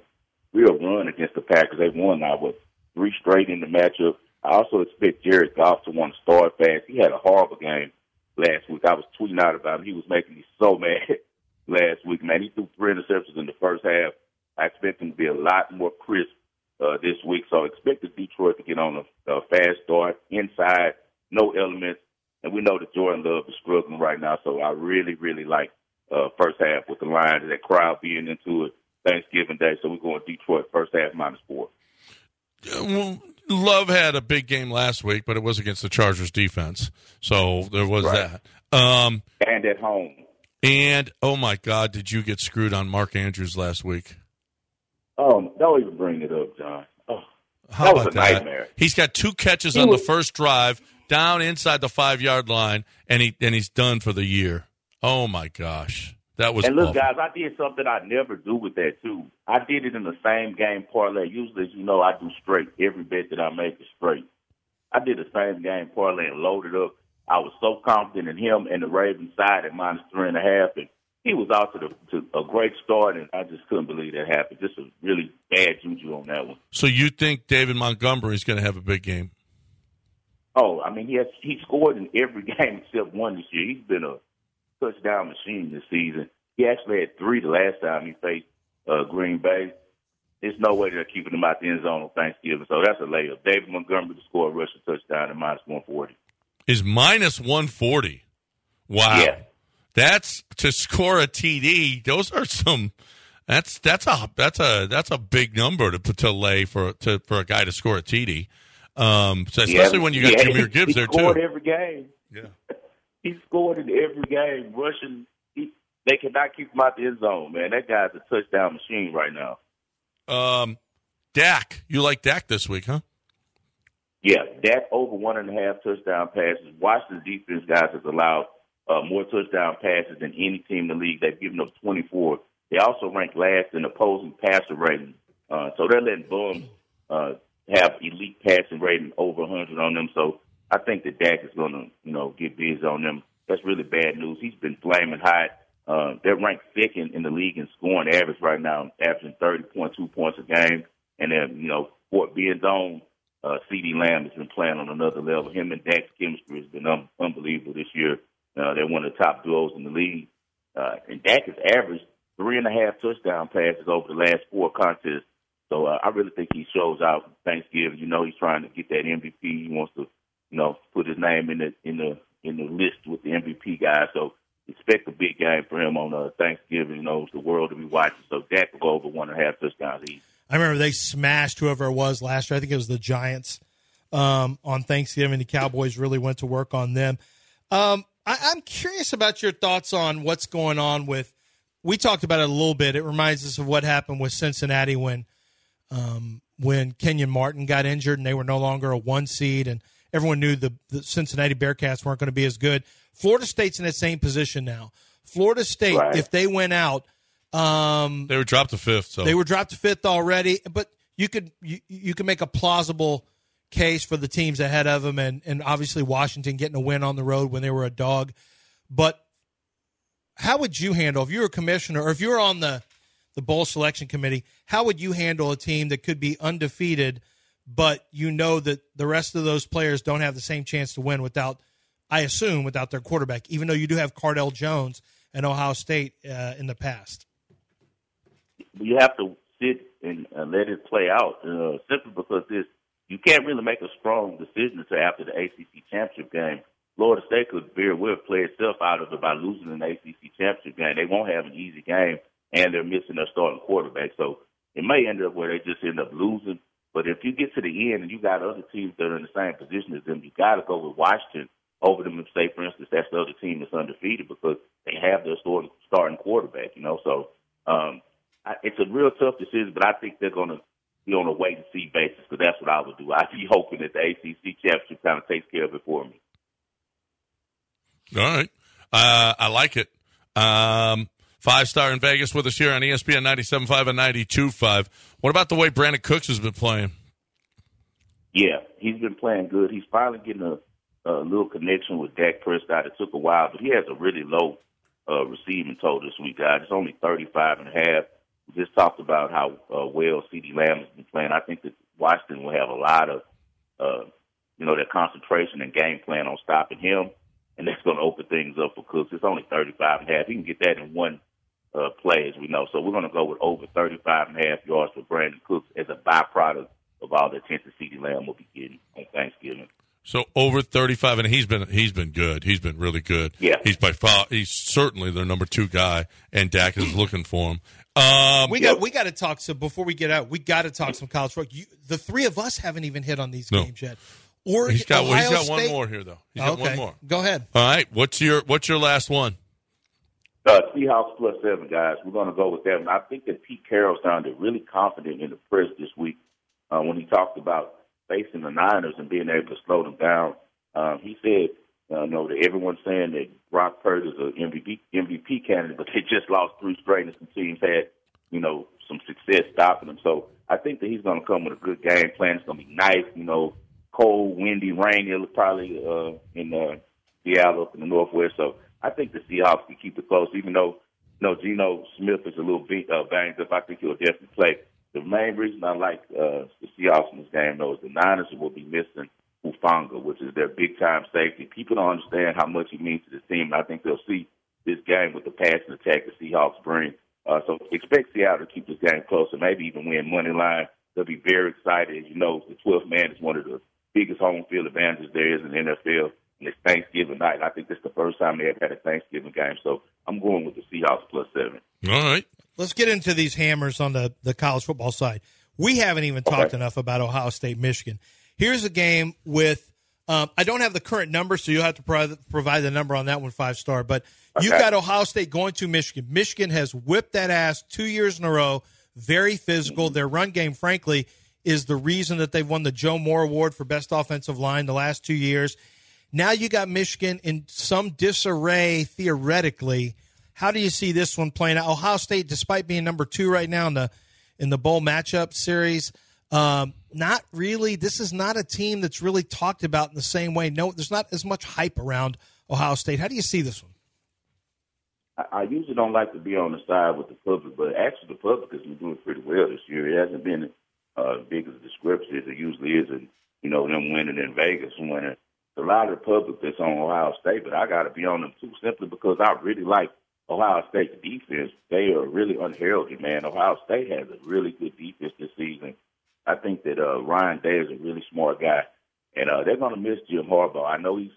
real run against the Packers. They've won now with three straight in the matchup. I also expect Jared Goff to want to start fast. He had a horrible game last week. I was tweeting out about him. He was making me so mad last week, man. He threw three interceptions in the first half. I expect him to be a lot more crisp uh, this week. So I expect the Detroit to get on a, a fast start inside, no elements. And we know that Jordan Love is struggling right now. So I really, really like uh, first half with the Lions, that crowd being into it Thanksgiving Day. So we're going Detroit first half minus four. Uh, well, Love had a big game last week, but it was against the Chargers defense, so there was Right. that. Um, And at home. and oh my God, did you get screwed on Mark Andrews last week? Oh, don't even bring it up, John. Oh, How That was about a that? nightmare. He's got two catches He on was- the first drive, down inside the five yard line, and he and he's done for the year. Oh my gosh, that was and look, awful. guys, I did something I never do with that too. I did it in the same game parlay. Usually, as you know, I do straight. Every bet that I make is straight. I did the same game parlay and loaded up. I was so confident in him and the Ravens side at minus three and a half, and he was out to, the, to a great start, and I just couldn't believe that happened. This was really bad juju on that one. So you think David Montgomery's going to have a big game? Oh, I mean, he has he scored in every game except one this year. He's been a touchdown machine this season. He actually had three the last time he faced uh, Green Bay. There's no way they're keeping him out the end zone on Thanksgiving, so that's a layup. David Montgomery to score a rushing touchdown at minus 140. Is minus one forty? Wow, Yeah. that's to score a TD. Those are some. That's that's a that's a that's a big number to to lay for to for a guy to score a TD. Um, so especially Yeah. when you got Yeah. Jameer Gibbs he there scored too. every game. Yeah. He scored in every game, rushing. He, they cannot keep him out the end zone, man. That guy's a touchdown machine right now. Um, Dak, you like Dak this week, huh? Yeah, Dak over one and a half touchdown passes. Washington defense guys has allowed uh, more touchdown passes than any team in the league. They've given up 24. They also rank last in opposing passer rating. Uh, so they're letting bums uh, have elite passing rating over 100 on them. So I think that Dak is going to, you know, get bids on them. That's really bad news. He's been flaming hot. Uh, they're ranked second in the league in scoring average right now, averaging 30.2 points a game. And then, you know, Fort being on uh, C.D. Lamb has been playing on another level. Him and Dak's chemistry has been un- unbelievable this year. Uh, they're one of the top duos in the league. Uh, and Dak has averaged three and a half touchdown passes over the last four contests. So uh, I really think he shows out Thanksgiving. You know, he's trying to get that MVP. He wants to, you know, put his name in the in the in the list with the MVP guys. So expect a big game for him on uh, Thanksgiving. You know, it's the world to be watching. So Dak will go over one and a half touchdowns easy. I remember they smashed whoever it was last year. I think it was the Giants um, on Thanksgiving. The Cowboys really went to work on them. Um, I, am curious about your thoughts on what's going on with. We talked about it a little bit. It reminds us of what happened with Cincinnati when um, when Kenyon Martin got injured and they were no longer a one seed, and everyone knew the, the Cincinnati Bearcats weren't going to be as good. Florida State's in that same position now. Florida State, Right. if they went out, um, They were dropped to fifth, so they were dropped to fifth already, but you could you, you could make a plausible case for the teams ahead of them, and and obviously Washington getting a win on the road when they were a dog. But how would you handle if you were a commissioner or if you were on the the bowl selection committee? How would you handle a team that could be undefeated, but you know that the rest of those players don't have the same chance to win without, I assume, without their quarterback? Even though you do have Cardell Jones and Ohio State uh, in the past. you have to sit and uh, let it play out uh, simply because this you can't really make a strong decision until after the ACC championship game. Florida State could very well play itself out of it by losing an ACC championship game. They won't have an easy game, and they're missing their starting quarterback. So it may end up where they just end up losing. But if you get to the end and you got other teams that are in the same position as them, you got to go with Washington over them. and Say, for instance, that's the other team that's undefeated because they have their starting starting quarterback. You know, so um, I, it's a real tough decision, but I think they're going to be on a wait and see basis because that's what I would do. I'd be hoping that the ACC championship kind of takes care of it for me. All right. Uh, I like it. Um, five star in Vegas with us here on E ESPN 97.5 and 92.5. What about the way Brandon Cooks has been playing? Yeah, he's been playing good. He's finally getting a, a little connection with Dak Prescott. It took a while, but he has a really low uh, receiving total this week, guys. It's only 35 and a half. We just talked about how uh, well CeeDee Lamb has been playing. I think that Washington will have a lot of, uh, you know, their concentration and game plan on stopping him, and that's going to open things up for Cooks. It's only 35 and a half. He can get that in one uh, play, as we know. So we're going to go with over 35 and a half yards for Brandon Cooks as a byproduct of all the attention CeeDee Lamb will be getting on Thanksgiving. So over 35 and he's been he's been good. He's been really good. Yeah. He's by far he's certainly their number 2 guy and Dak is looking for him. Um we got we got to talk. So before we get out, we got to talk some college football. You, the three of us haven't even hit on these No. games yet. Or he's got well, he's Ohio got one State- more here though. He's got okay, one more. Go ahead. All right, what's your what's your last one? Uh, Seahawks plus seven, guys. We're going to go with that. And I think that Pete Carroll sounded really confident in the press this week uh, when he talked about facing the Niners and being able to slow them down. Um, he said, uh, you know, that everyone's saying that Brock Purdy is an MVP, MVP candidate, but they just lost three straight and some teams had, you know, some success stopping them. So I think that he's going to come with a good game plan. It's going to be nice, you know, cold, windy, rainy. It'll probably uh, in uh, Seattle up in the Northwest. So I think the Seahawks can keep it close, even though you know Geno Smith is a little beat, uh, banged up. I think he'll definitely play. The main reason I like uh, the Seahawks in this game, though, is the Niners will be missing Hufanga, which is their big time safety. People don't understand how much he means to this team, and I think they'll see this game with the passing attack the Seahawks bring. Uh, so expect Seattle to keep this game close and maybe even win money line. They'll be very excited. As you know, the 12th man is one of the biggest home field advantages there is in the NFL. And it's Thanksgiving night. I think this is the first time they ever had a Thanksgiving game. So I'm going with the Seahawks plus seven. All right. Let's get into these hammers on the the college football side. We haven't even talked enough about Ohio State, Michigan. Here's a game with Um, I don't have the current number, so you'll have to provide, provide the number on that one five star. But you got Ohio State going to Michigan. Michigan has whipped that ass two years in a row. Very physical. Their run game, frankly, is the reason that they've won the Joe Moore Award for best offensive line the last two years. Now you got Michigan in some disarray theoretically. How do you see this one playing out? Ohio State, despite being number two right now in the in the bowl matchup series, um, not really. This is not a team that's really talked about in the same way. No, there's not as much hype around Ohio State. How do you see this one? I, I usually don't like to be on the side with the public, but actually the public has been doing pretty well this year. It hasn't been uh, as big as the discrepancy as it usually is, and you know them winning in Vegas, winning a lot of the public that's on Ohio State, but I got to be on them too, simply because I really like Ohio State's defense. They are really unheralded, man. Ohio State has a really good defense this season. I think that uh, Ryan Day is a really smart guy, and uh, they're going to miss Jim Harbaugh. I know he's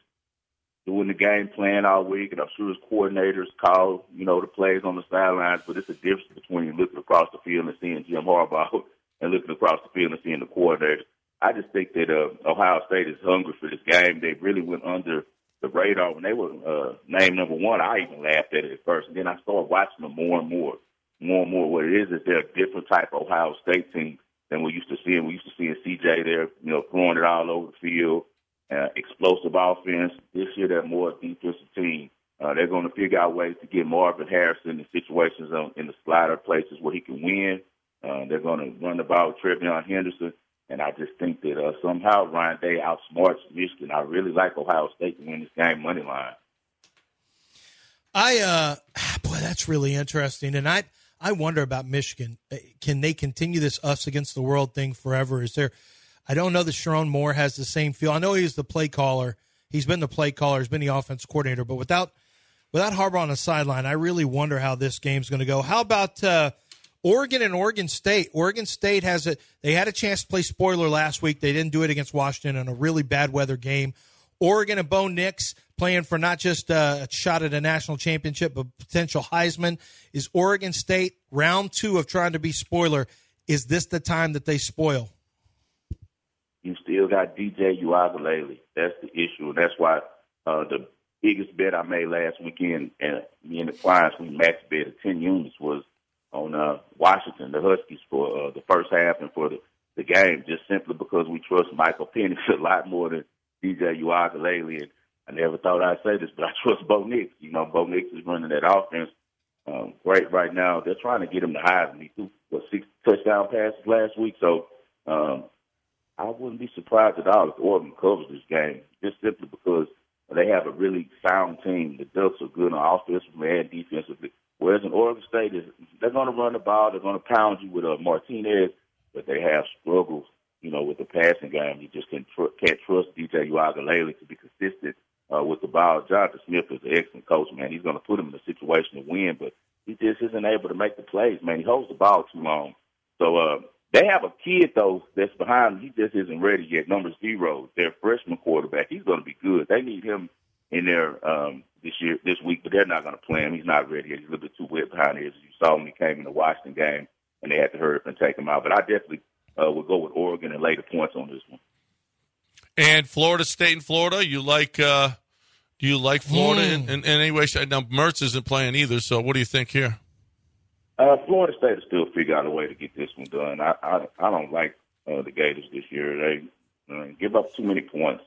doing the game plan all week, and I'm sure his coordinators call, you know, the plays on the sidelines. But it's a difference between looking across the field and seeing Jim Harbaugh and looking across the field and seeing the coordinators. I just think that uh, Ohio State is hungry for this game. They really went under the radar when they were uh, named number one. I even laughed at it at first, and then I started watching them more and more, more and more. What it is is they're a different type of Ohio State team than we used to see. And we used to see in CJ there, you know, throwing it all over the field, uh, explosive offense. This year they're more a defensive team. Uh, they're going to figure out ways to get Marvin Harrison in situations on, in the slider places where he can win. Uh, they're going to run the ball with Trevion Henderson. And I just think that uh, somehow Ryan Day outsmarts Michigan. I really like Ohio State to win this game money line. I uh, boy, that's really interesting. And I I wonder about Michigan. Uh, Can they continue this us against the world thing forever? Is there? I don't know that Sharon Moore has the same feel. I know he's the play caller. He's been the play caller. He's been the offense coordinator. But without without Harbaugh on the sideline, I really wonder how this game's going to go. How about? Uh, Oregon and Oregon State. Oregon State has a they had a chance to play spoiler last week. They didn't do it against Washington in a really bad weather game. Oregon and Bo Nix playing for not just uh, a shot at a national championship, but potential Heisman. Is Oregon State round two of trying to be spoiler? Is this the time that they spoil? You still got DJ Uagalele. That's the issue. That's why uh, the biggest bet I made last weekend, and me and the clients, we max bet at 10 units, was on uh, Washington, the Huskies, for uh, the first half and for the, the game, just simply because we trust Michael Penix a lot more than DJ Uagalele. And I never thought I'd say this, but I trust Bo Nix. You know, Bo Nix is running that offense um, great right now. They're trying to get him to Heisman. He threw what, six touchdown passes last week, so um, I wouldn't be surprised at all if Oregon covers this game, just simply because they have a really sound team. The Ducks are good on offensively and defensively. Whereas in Oregon State, is they're going to run the ball, they're going to pound you with a uh, Martinez, but they have struggles, you know, with the passing game. You just can tr- can't trust DJ Uagalele to be consistent uh, with the ball. Jonathan Smith is an excellent coach, man. He's going to put him in a situation to win, but he just isn't able to make the plays, man. He holds the ball too long. So uh, they have a kid though that's behind him. He just isn't ready yet. Number zero, their freshman quarterback. He's going to be good. They need him in there um, this year, this week, but they're not going to play him. He's not ready yet. He's a little bit too wet behind the ears. You saw when he came in the Washington game, and they had to hurry up and take him out. But I definitely uh, would go with Oregon and lay the points on this one. And Florida State and Florida, you like? Uh, do you like Florida Hmm. mm. in, in, in any way? Now Mertz isn't playing either, so what do you think here? Uh, Florida State will still figure out a way to get this one done. I I, I don't like uh, the Gators this year. They uh, give up too many points,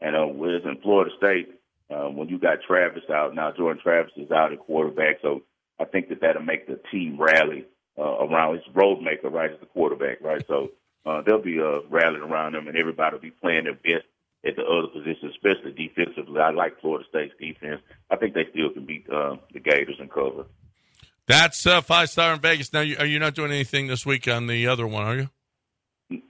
and uh, whereas in Florida State, uh, when you got Travis out now, Jordan Travis is out at quarterback, so I think that that'll make the team rally uh, around. It's road maker, right? It's the quarterback, right? So uh, they'll be uh, rallying around him, and everybody will be playing their best at the other positions, especially defensively. I like Florida State's defense. I think they still can beat uh, the Gators in cover. That's uh, five star in Vegas. Now, you, are you not doing anything this week on the other one? Are you?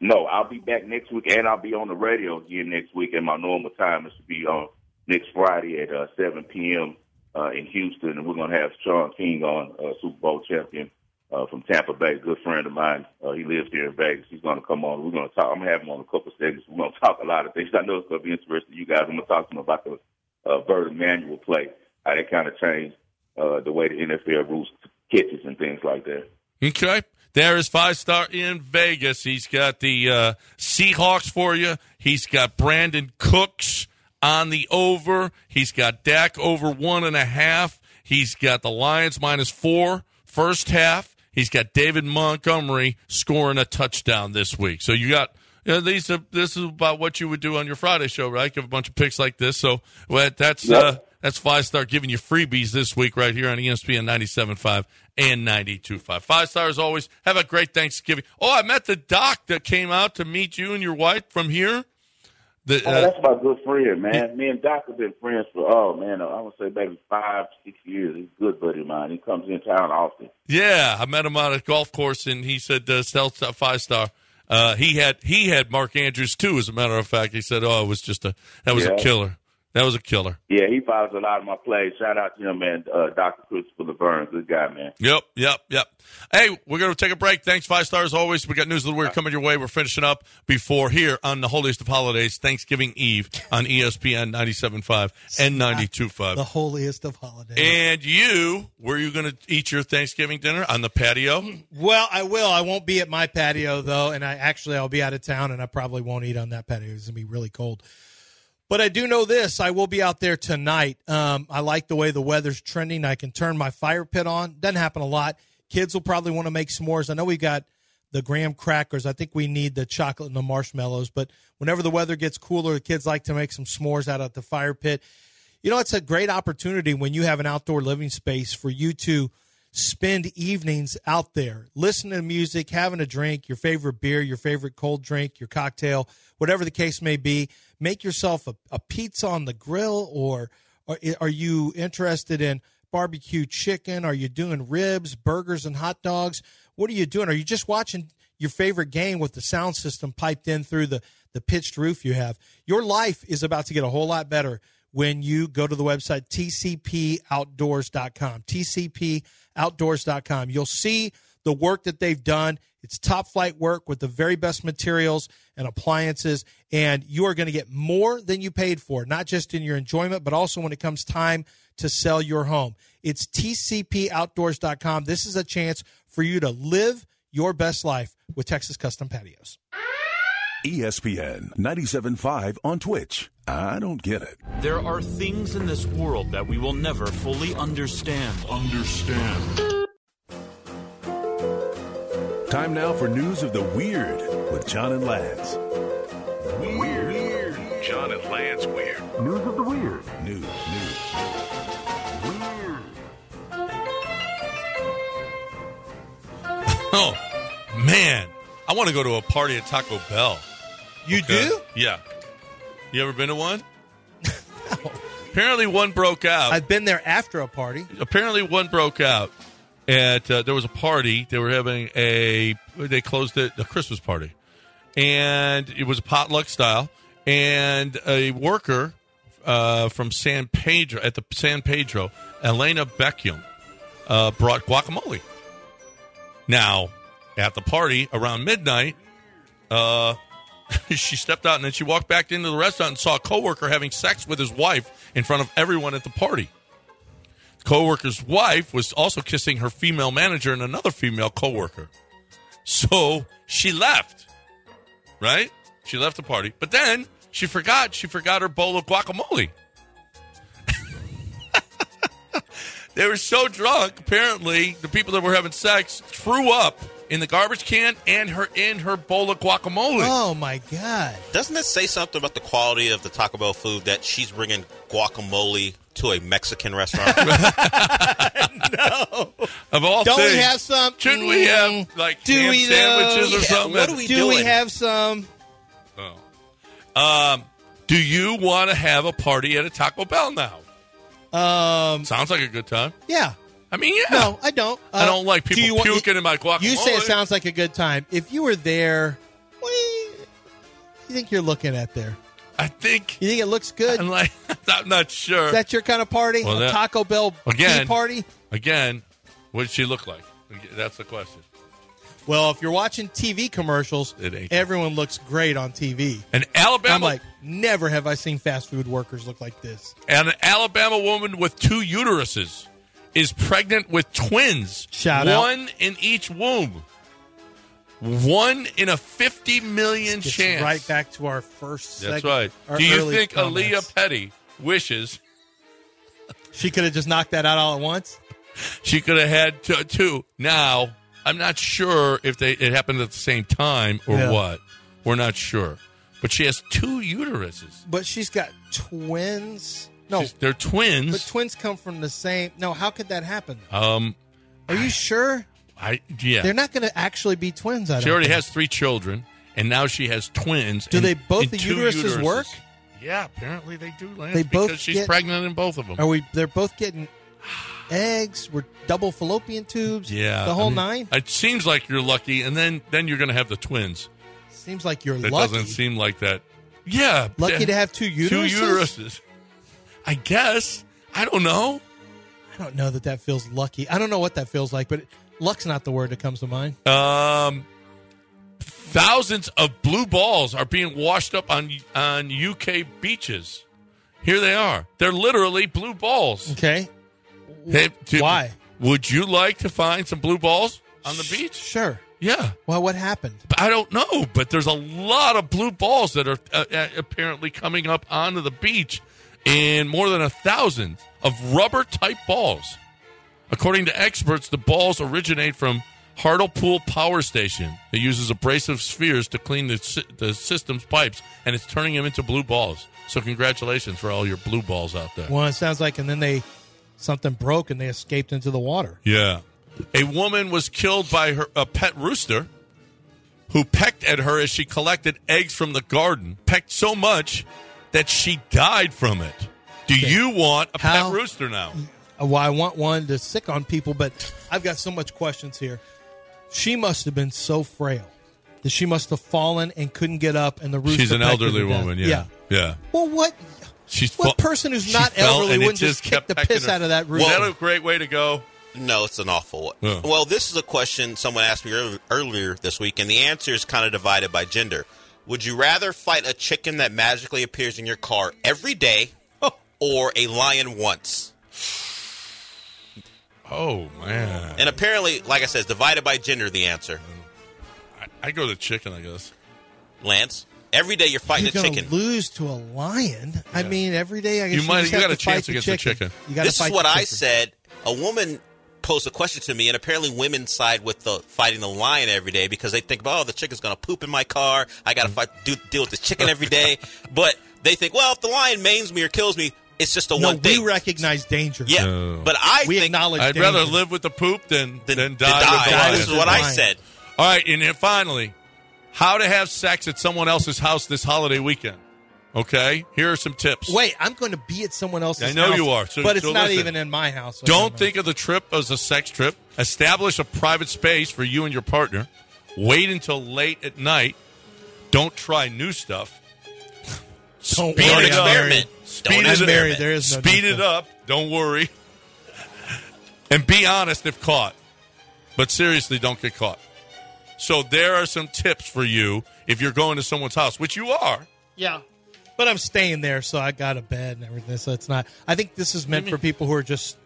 No, I'll be back next week, and I'll be on the radio again next week at my normal time. It should be on next Friday at uh, 7 p.m. Uh, in Houston, and we're going to have Sean King on, uh, Super Bowl champion uh, from Tampa Bay, good friend of mine. Uh, he lives here in Vegas. He's going to come on. We're going to talk. I'm going to have him on a couple of segments. We're going to talk a lot of things. I know it's going to be interesting to you guys. I'm going to talk to him about the uh, Bird Manual play, how uh, they kind of changed the way the NFL rules catches and things like that. Okay. There is five star in Vegas. He's got the uh, Seahawks for you. He's got Brandon Cooks on the over. He's got Dak over one and a half. He's got the Lions minus four first half. He's got David Montgomery scoring a touchdown this week. So you got you know, these. Are, this is about what you would do on your Friday show, right? Give a bunch of picks like this. So well, that's Yep. uh, that's five star giving you freebies this week right here on E ESPN 97.5 and 92.5. Five star as always. Have a great Thanksgiving. Oh, I met the doc that came out to meet you and your wife from here. The, Oh, uh, that's my good friend, man. Me and Doc have been friends for oh man, I would say maybe five, six years. He's a good buddy of mine. He comes in town often. Yeah, I met him on a golf course, and he said uh, sell stuff five star. Uh, he had he had Mark Andrews too. As a matter of fact, he said, "Oh, it was just a that was a Yeah. killer. That was a killer." Yeah, he follows a lot of my plays. Shout out to him, man. Uh, Doctor Christopher Laverne, good guy, man. Yep, yep, yep. Hey, we're going to take a break. Thanks, five stars always. We got news of the week coming your way. We're finishing up before here on the holiest of holidays, Thanksgiving Eve on E ESPN 97.5 and 92.5. The holiest of holidays. and you, where you going to eat your Thanksgiving dinner on the patio? Mm-hmm. Well, I will. I won't be at my patio though, and I actually I'll be out of town, and I probably won't eat on that patio. It's gonna be really cold. But I do know this: I will be out there tonight. Um, I like the way the weather's trending. I can turn my fire pit on. Doesn't happen a lot. Kids will probably want to make s'mores. I know we got the graham crackers. I think we need the chocolate and the marshmallows. But whenever the weather gets cooler, the kids like to make some s'mores out at the fire pit. You know, it's a great opportunity when you have an outdoor living space for you to spend evenings out there listening to music, having a drink, your favorite beer, your favorite cold drink, your cocktail, whatever the case may be. Make yourself a, a pizza on the grill, or, or i- are you interested in barbecue chicken? Are you doing ribs, burgers, and hot dogs? What are you doing? Are you just watching your favorite game with the sound system piped in through the, the pitched roof you have. Your life is about to get a whole lot better when you go to the website tcpoutdoors.com. tcpoutdoors.com. You'll see the work that they've done. It's top flight work with the very best materials and appliances, and you are going to get more than you paid for, not just in your enjoyment, but also when it comes time to sell your home. It's tcpoutdoors.com. This is a chance for you to live your best life with Texas Custom Patios. E ESPN 97.5 on Twitch. I don't get it. There are things in this world that we will never fully understand. Understand. Time now for news of the weird with John and Lance. Weird. John and Lance Weird. News of the weird. News, news. Oh man, I want to go to a party at Taco Bell. You do? Yeah. You ever been to one? Apparently, one broke out. I've been there after a party. Apparently, one broke out. At uh, there was a party. They were having a. They closed it a Christmas party, and it was a potluck style. And a worker uh, from San Pedro at the San Pedro, Elena Beckham, uh, brought guacamole. Now, at the party around midnight, uh, she stepped out and then she walked back into the restaurant and saw a coworker having sex with his wife in front of everyone at the party. The coworker's wife was also kissing her female manager and another female coworker. So she left, right? She left the party, but then she forgot. She forgot her bowl of guacamole. They were so drunk, apparently, the people that were having sex threw up in the garbage can and her in her bowl of guacamole. Oh my god! Doesn't it say something about the quality of the Taco Bell food that she's bringing guacamole to a Mexican restaurant? Of all Don't things, we have some? Shouldn't we have Mm, like do ham we though? sandwiches or Yeah, something? What do we do? we have some? Oh. Um, do you want to have a party at a Taco Bell now? Um, sounds like a good time. Yeah. I mean, yeah. No, I don't. I don't like do people you want- puking in my guacamole. You say it sounds like a good time. If you were there, what do you, you think you're looking at there? I think you think it looks good. I'm like, I'm not sure. Is that your kind of party? Well, a that- Taco Bell Again. tea party? Again, what did she look like? That's the question. Well, if you're watching TV commercials, It ain't. everyone looks great on TV. An Alabama, I'm like, never have I seen fast food workers look like this. an Alabama woman with two uteruses is pregnant with twins. Shout out. one in each womb. One in a 50 million Gets chance. Right back to our first. That's seg- right. our Do you early think comments. Aaliyah Petty wishes she could have just knocked that out all at once? she could have had t- two? Now, I'm not sure if they it happened at the same time or Yeah. what. We're not sure. But she has two uteruses. But she's got twins. No, She's- they're twins. but twins come from the same. No, how could that happen? um, Are you sure? I yeah. They're not going to actually be twins. I don't she already think. has three children, and now she has twins. Do and- they both and the two uteruses, work? Yeah, apparently they do. Lance, They both because she's get- pregnant in both of them. Are we? They're both getting eggs. We're double fallopian tubes. Yeah, the whole I mean, nine. It seems like you're lucky, and then then you're going to have the twins. Seems like you're That lucky. doesn't seem like that. Yeah, Lucky that- to have two uteruses? Two uteruses. I guess. I don't know. I don't know that that feels lucky. I don't know what that feels like, but luck's not the word that comes to mind. Um, thousands of blue balls are being washed up on on UK beaches. Here they are. They're literally blue balls. Okay. Hey, do- Why? Would you like to find some blue balls on the beach? Sure. Yeah. Well, what happened? I don't know, but there's a lot of blue balls that are uh, uh, apparently coming up onto the beach, and more than a thousand of rubber type balls. According to experts, the balls originate from Hartlepool Power Station. It uses abrasive spheres to clean the, sy- the system's pipes, and it's turning them into blue balls. So, congratulations for all your blue balls out there. Well, it sounds like, and then they something broke and they escaped into the water. Yeah. A woman was killed by her a pet rooster who pecked at her as she collected eggs from the garden. Pecked so much that she died from it. Do you want a How- pet rooster now? Uh, Well, I want one to sick on people, but I've got so much questions here. She must have been so frail that she must have fallen and couldn't get up, and the rooster. She's an pecked her elderly to death. woman, yeah. Yeah. Well, what? She's what fa- person who's she not fell elderly and it wouldn't just, kick kept the pecking piss her. out of that Well, rooster? that's a great way to go. No, it's an awful one. Yeah. Well, this is a question someone asked me ear- earlier this week, and the answer is kind of divided by gender. Would you rather fight a chicken that magically appears in your car every day or a lion once? Oh man. And apparently, like I said, it's divided by gender, the answer. I, I go to chicken, I guess. Lance, every day you're fighting You're a gonna chicken. lose to a lion. I mean, every day I guess You you might- just you have got to a fight chance the against the chicken. You gotta This is fight what the I chicken. said. A woman posed a question to me, and apparently women side with the fighting the lion every day because they think, oh, the chicken's going to poop in my car. I Mm. got to fight do, deal with this chicken every day. but they think, well, if the lion maims me or kills me, it's just a No, one we thing. recognize danger. yeah, but I we think acknowledge. I'd danger. rather live with the poop than than, to die, die. with the Die lion. This is what I Lion. said. All right, and then finally, how to have sex at someone else's house this holiday weekend. Okay, here are some tips. Wait, I'm going to be at someone else's. I know house, you are, so- but it's so not listen. even in my house. so I Don't know. think of the trip as a sex trip. Establish a private space for you and your partner. Wait until late at night. Don't try new stuff. Don't Speed worry, it up. I'm married. experiment. Speed Don't it up. married. There is no Speed new it stuff. up. Don't worry. And be honest if caught. But seriously, don't get caught. So there are some tips for you if you're going to someone's house, which you are. Yeah. But I'm staying there, so I got a bed and everything. So it's not. I think this is meant for Mm-hmm. people who are just.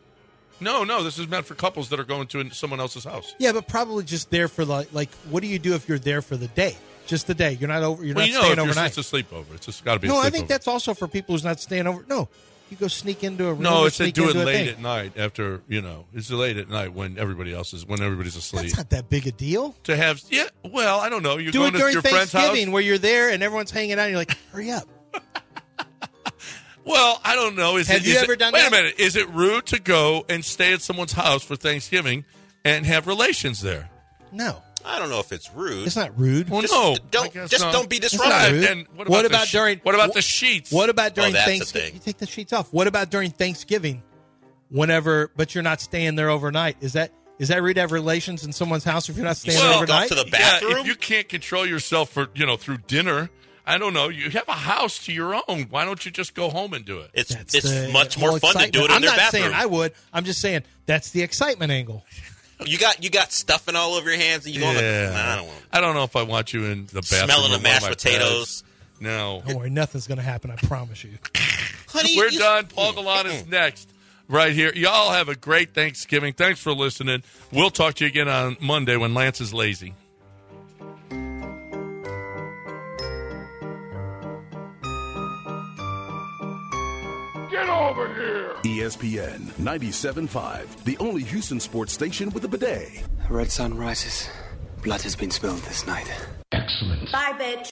No, no, this is meant for couples that are going to someone else's house. Yeah, but probably just there for like, like, what do you do if you're there for the day? Just the day. You're not over. You're well, not you know, if staying you're, overnight. it's a sleepover. It's just got to be. a no, I sleepover. think that's also for people who's not staying over. No, you go sneak into a room. No, or it's they sneak do it into a late thing. at night after you know. It's late at night when everybody else is when everybody's asleep. That's not that big a deal. to have yeah, well, I don't know. You're Do it going to during your friend's house. Thanksgiving where you're there and everyone's hanging out. and You're like, hurry up. Well, I don't know. Is Have it, you is ever it, done Wait that? a minute. Is it rude to go and stay at someone's house for Thanksgiving and have relations there? No, I don't know if it's rude. it's not rude. Well, Just no. don't- I guess just not. don't be It's disruptive. not. Rude. And what about, What the about sh- during- What about wh- the sheets? What about during Oh, that's the Thanksgiving? thing. You take the sheets off. What about during Thanksgiving? Whenever, but you're not staying there overnight. Is that is that rude to have relations in someone's house if you're not staying sneak there off overnight? to the Yeah, bathroom? if you can't control yourself for you know through dinner, I don't know. You have a house to your own. Why don't you just go home and do it? It's That's it's the much whole more fun to do it excitement. in I'm their not bathroom. saying I would. I'm just saying that's the excitement angle. You got you got stuffing all over your hands, and you going, Yeah. nah, I don't want. I don't know if I want you in the bathroom. Smelling the or one of mashed my potatoes. beds. No. Don't worry, nothing's going to happen. I promise you. Honey, We're you- done. Paul Gallant is next right here. Y'all have a great Thanksgiving. Thanks for listening. We'll talk to you again on Monday when Lance is lazy. E ESPN 97.5, the only Houston sports station with a bidet. Red sun rises. Blood has been spilled this night. Excellent. Bye, bitch.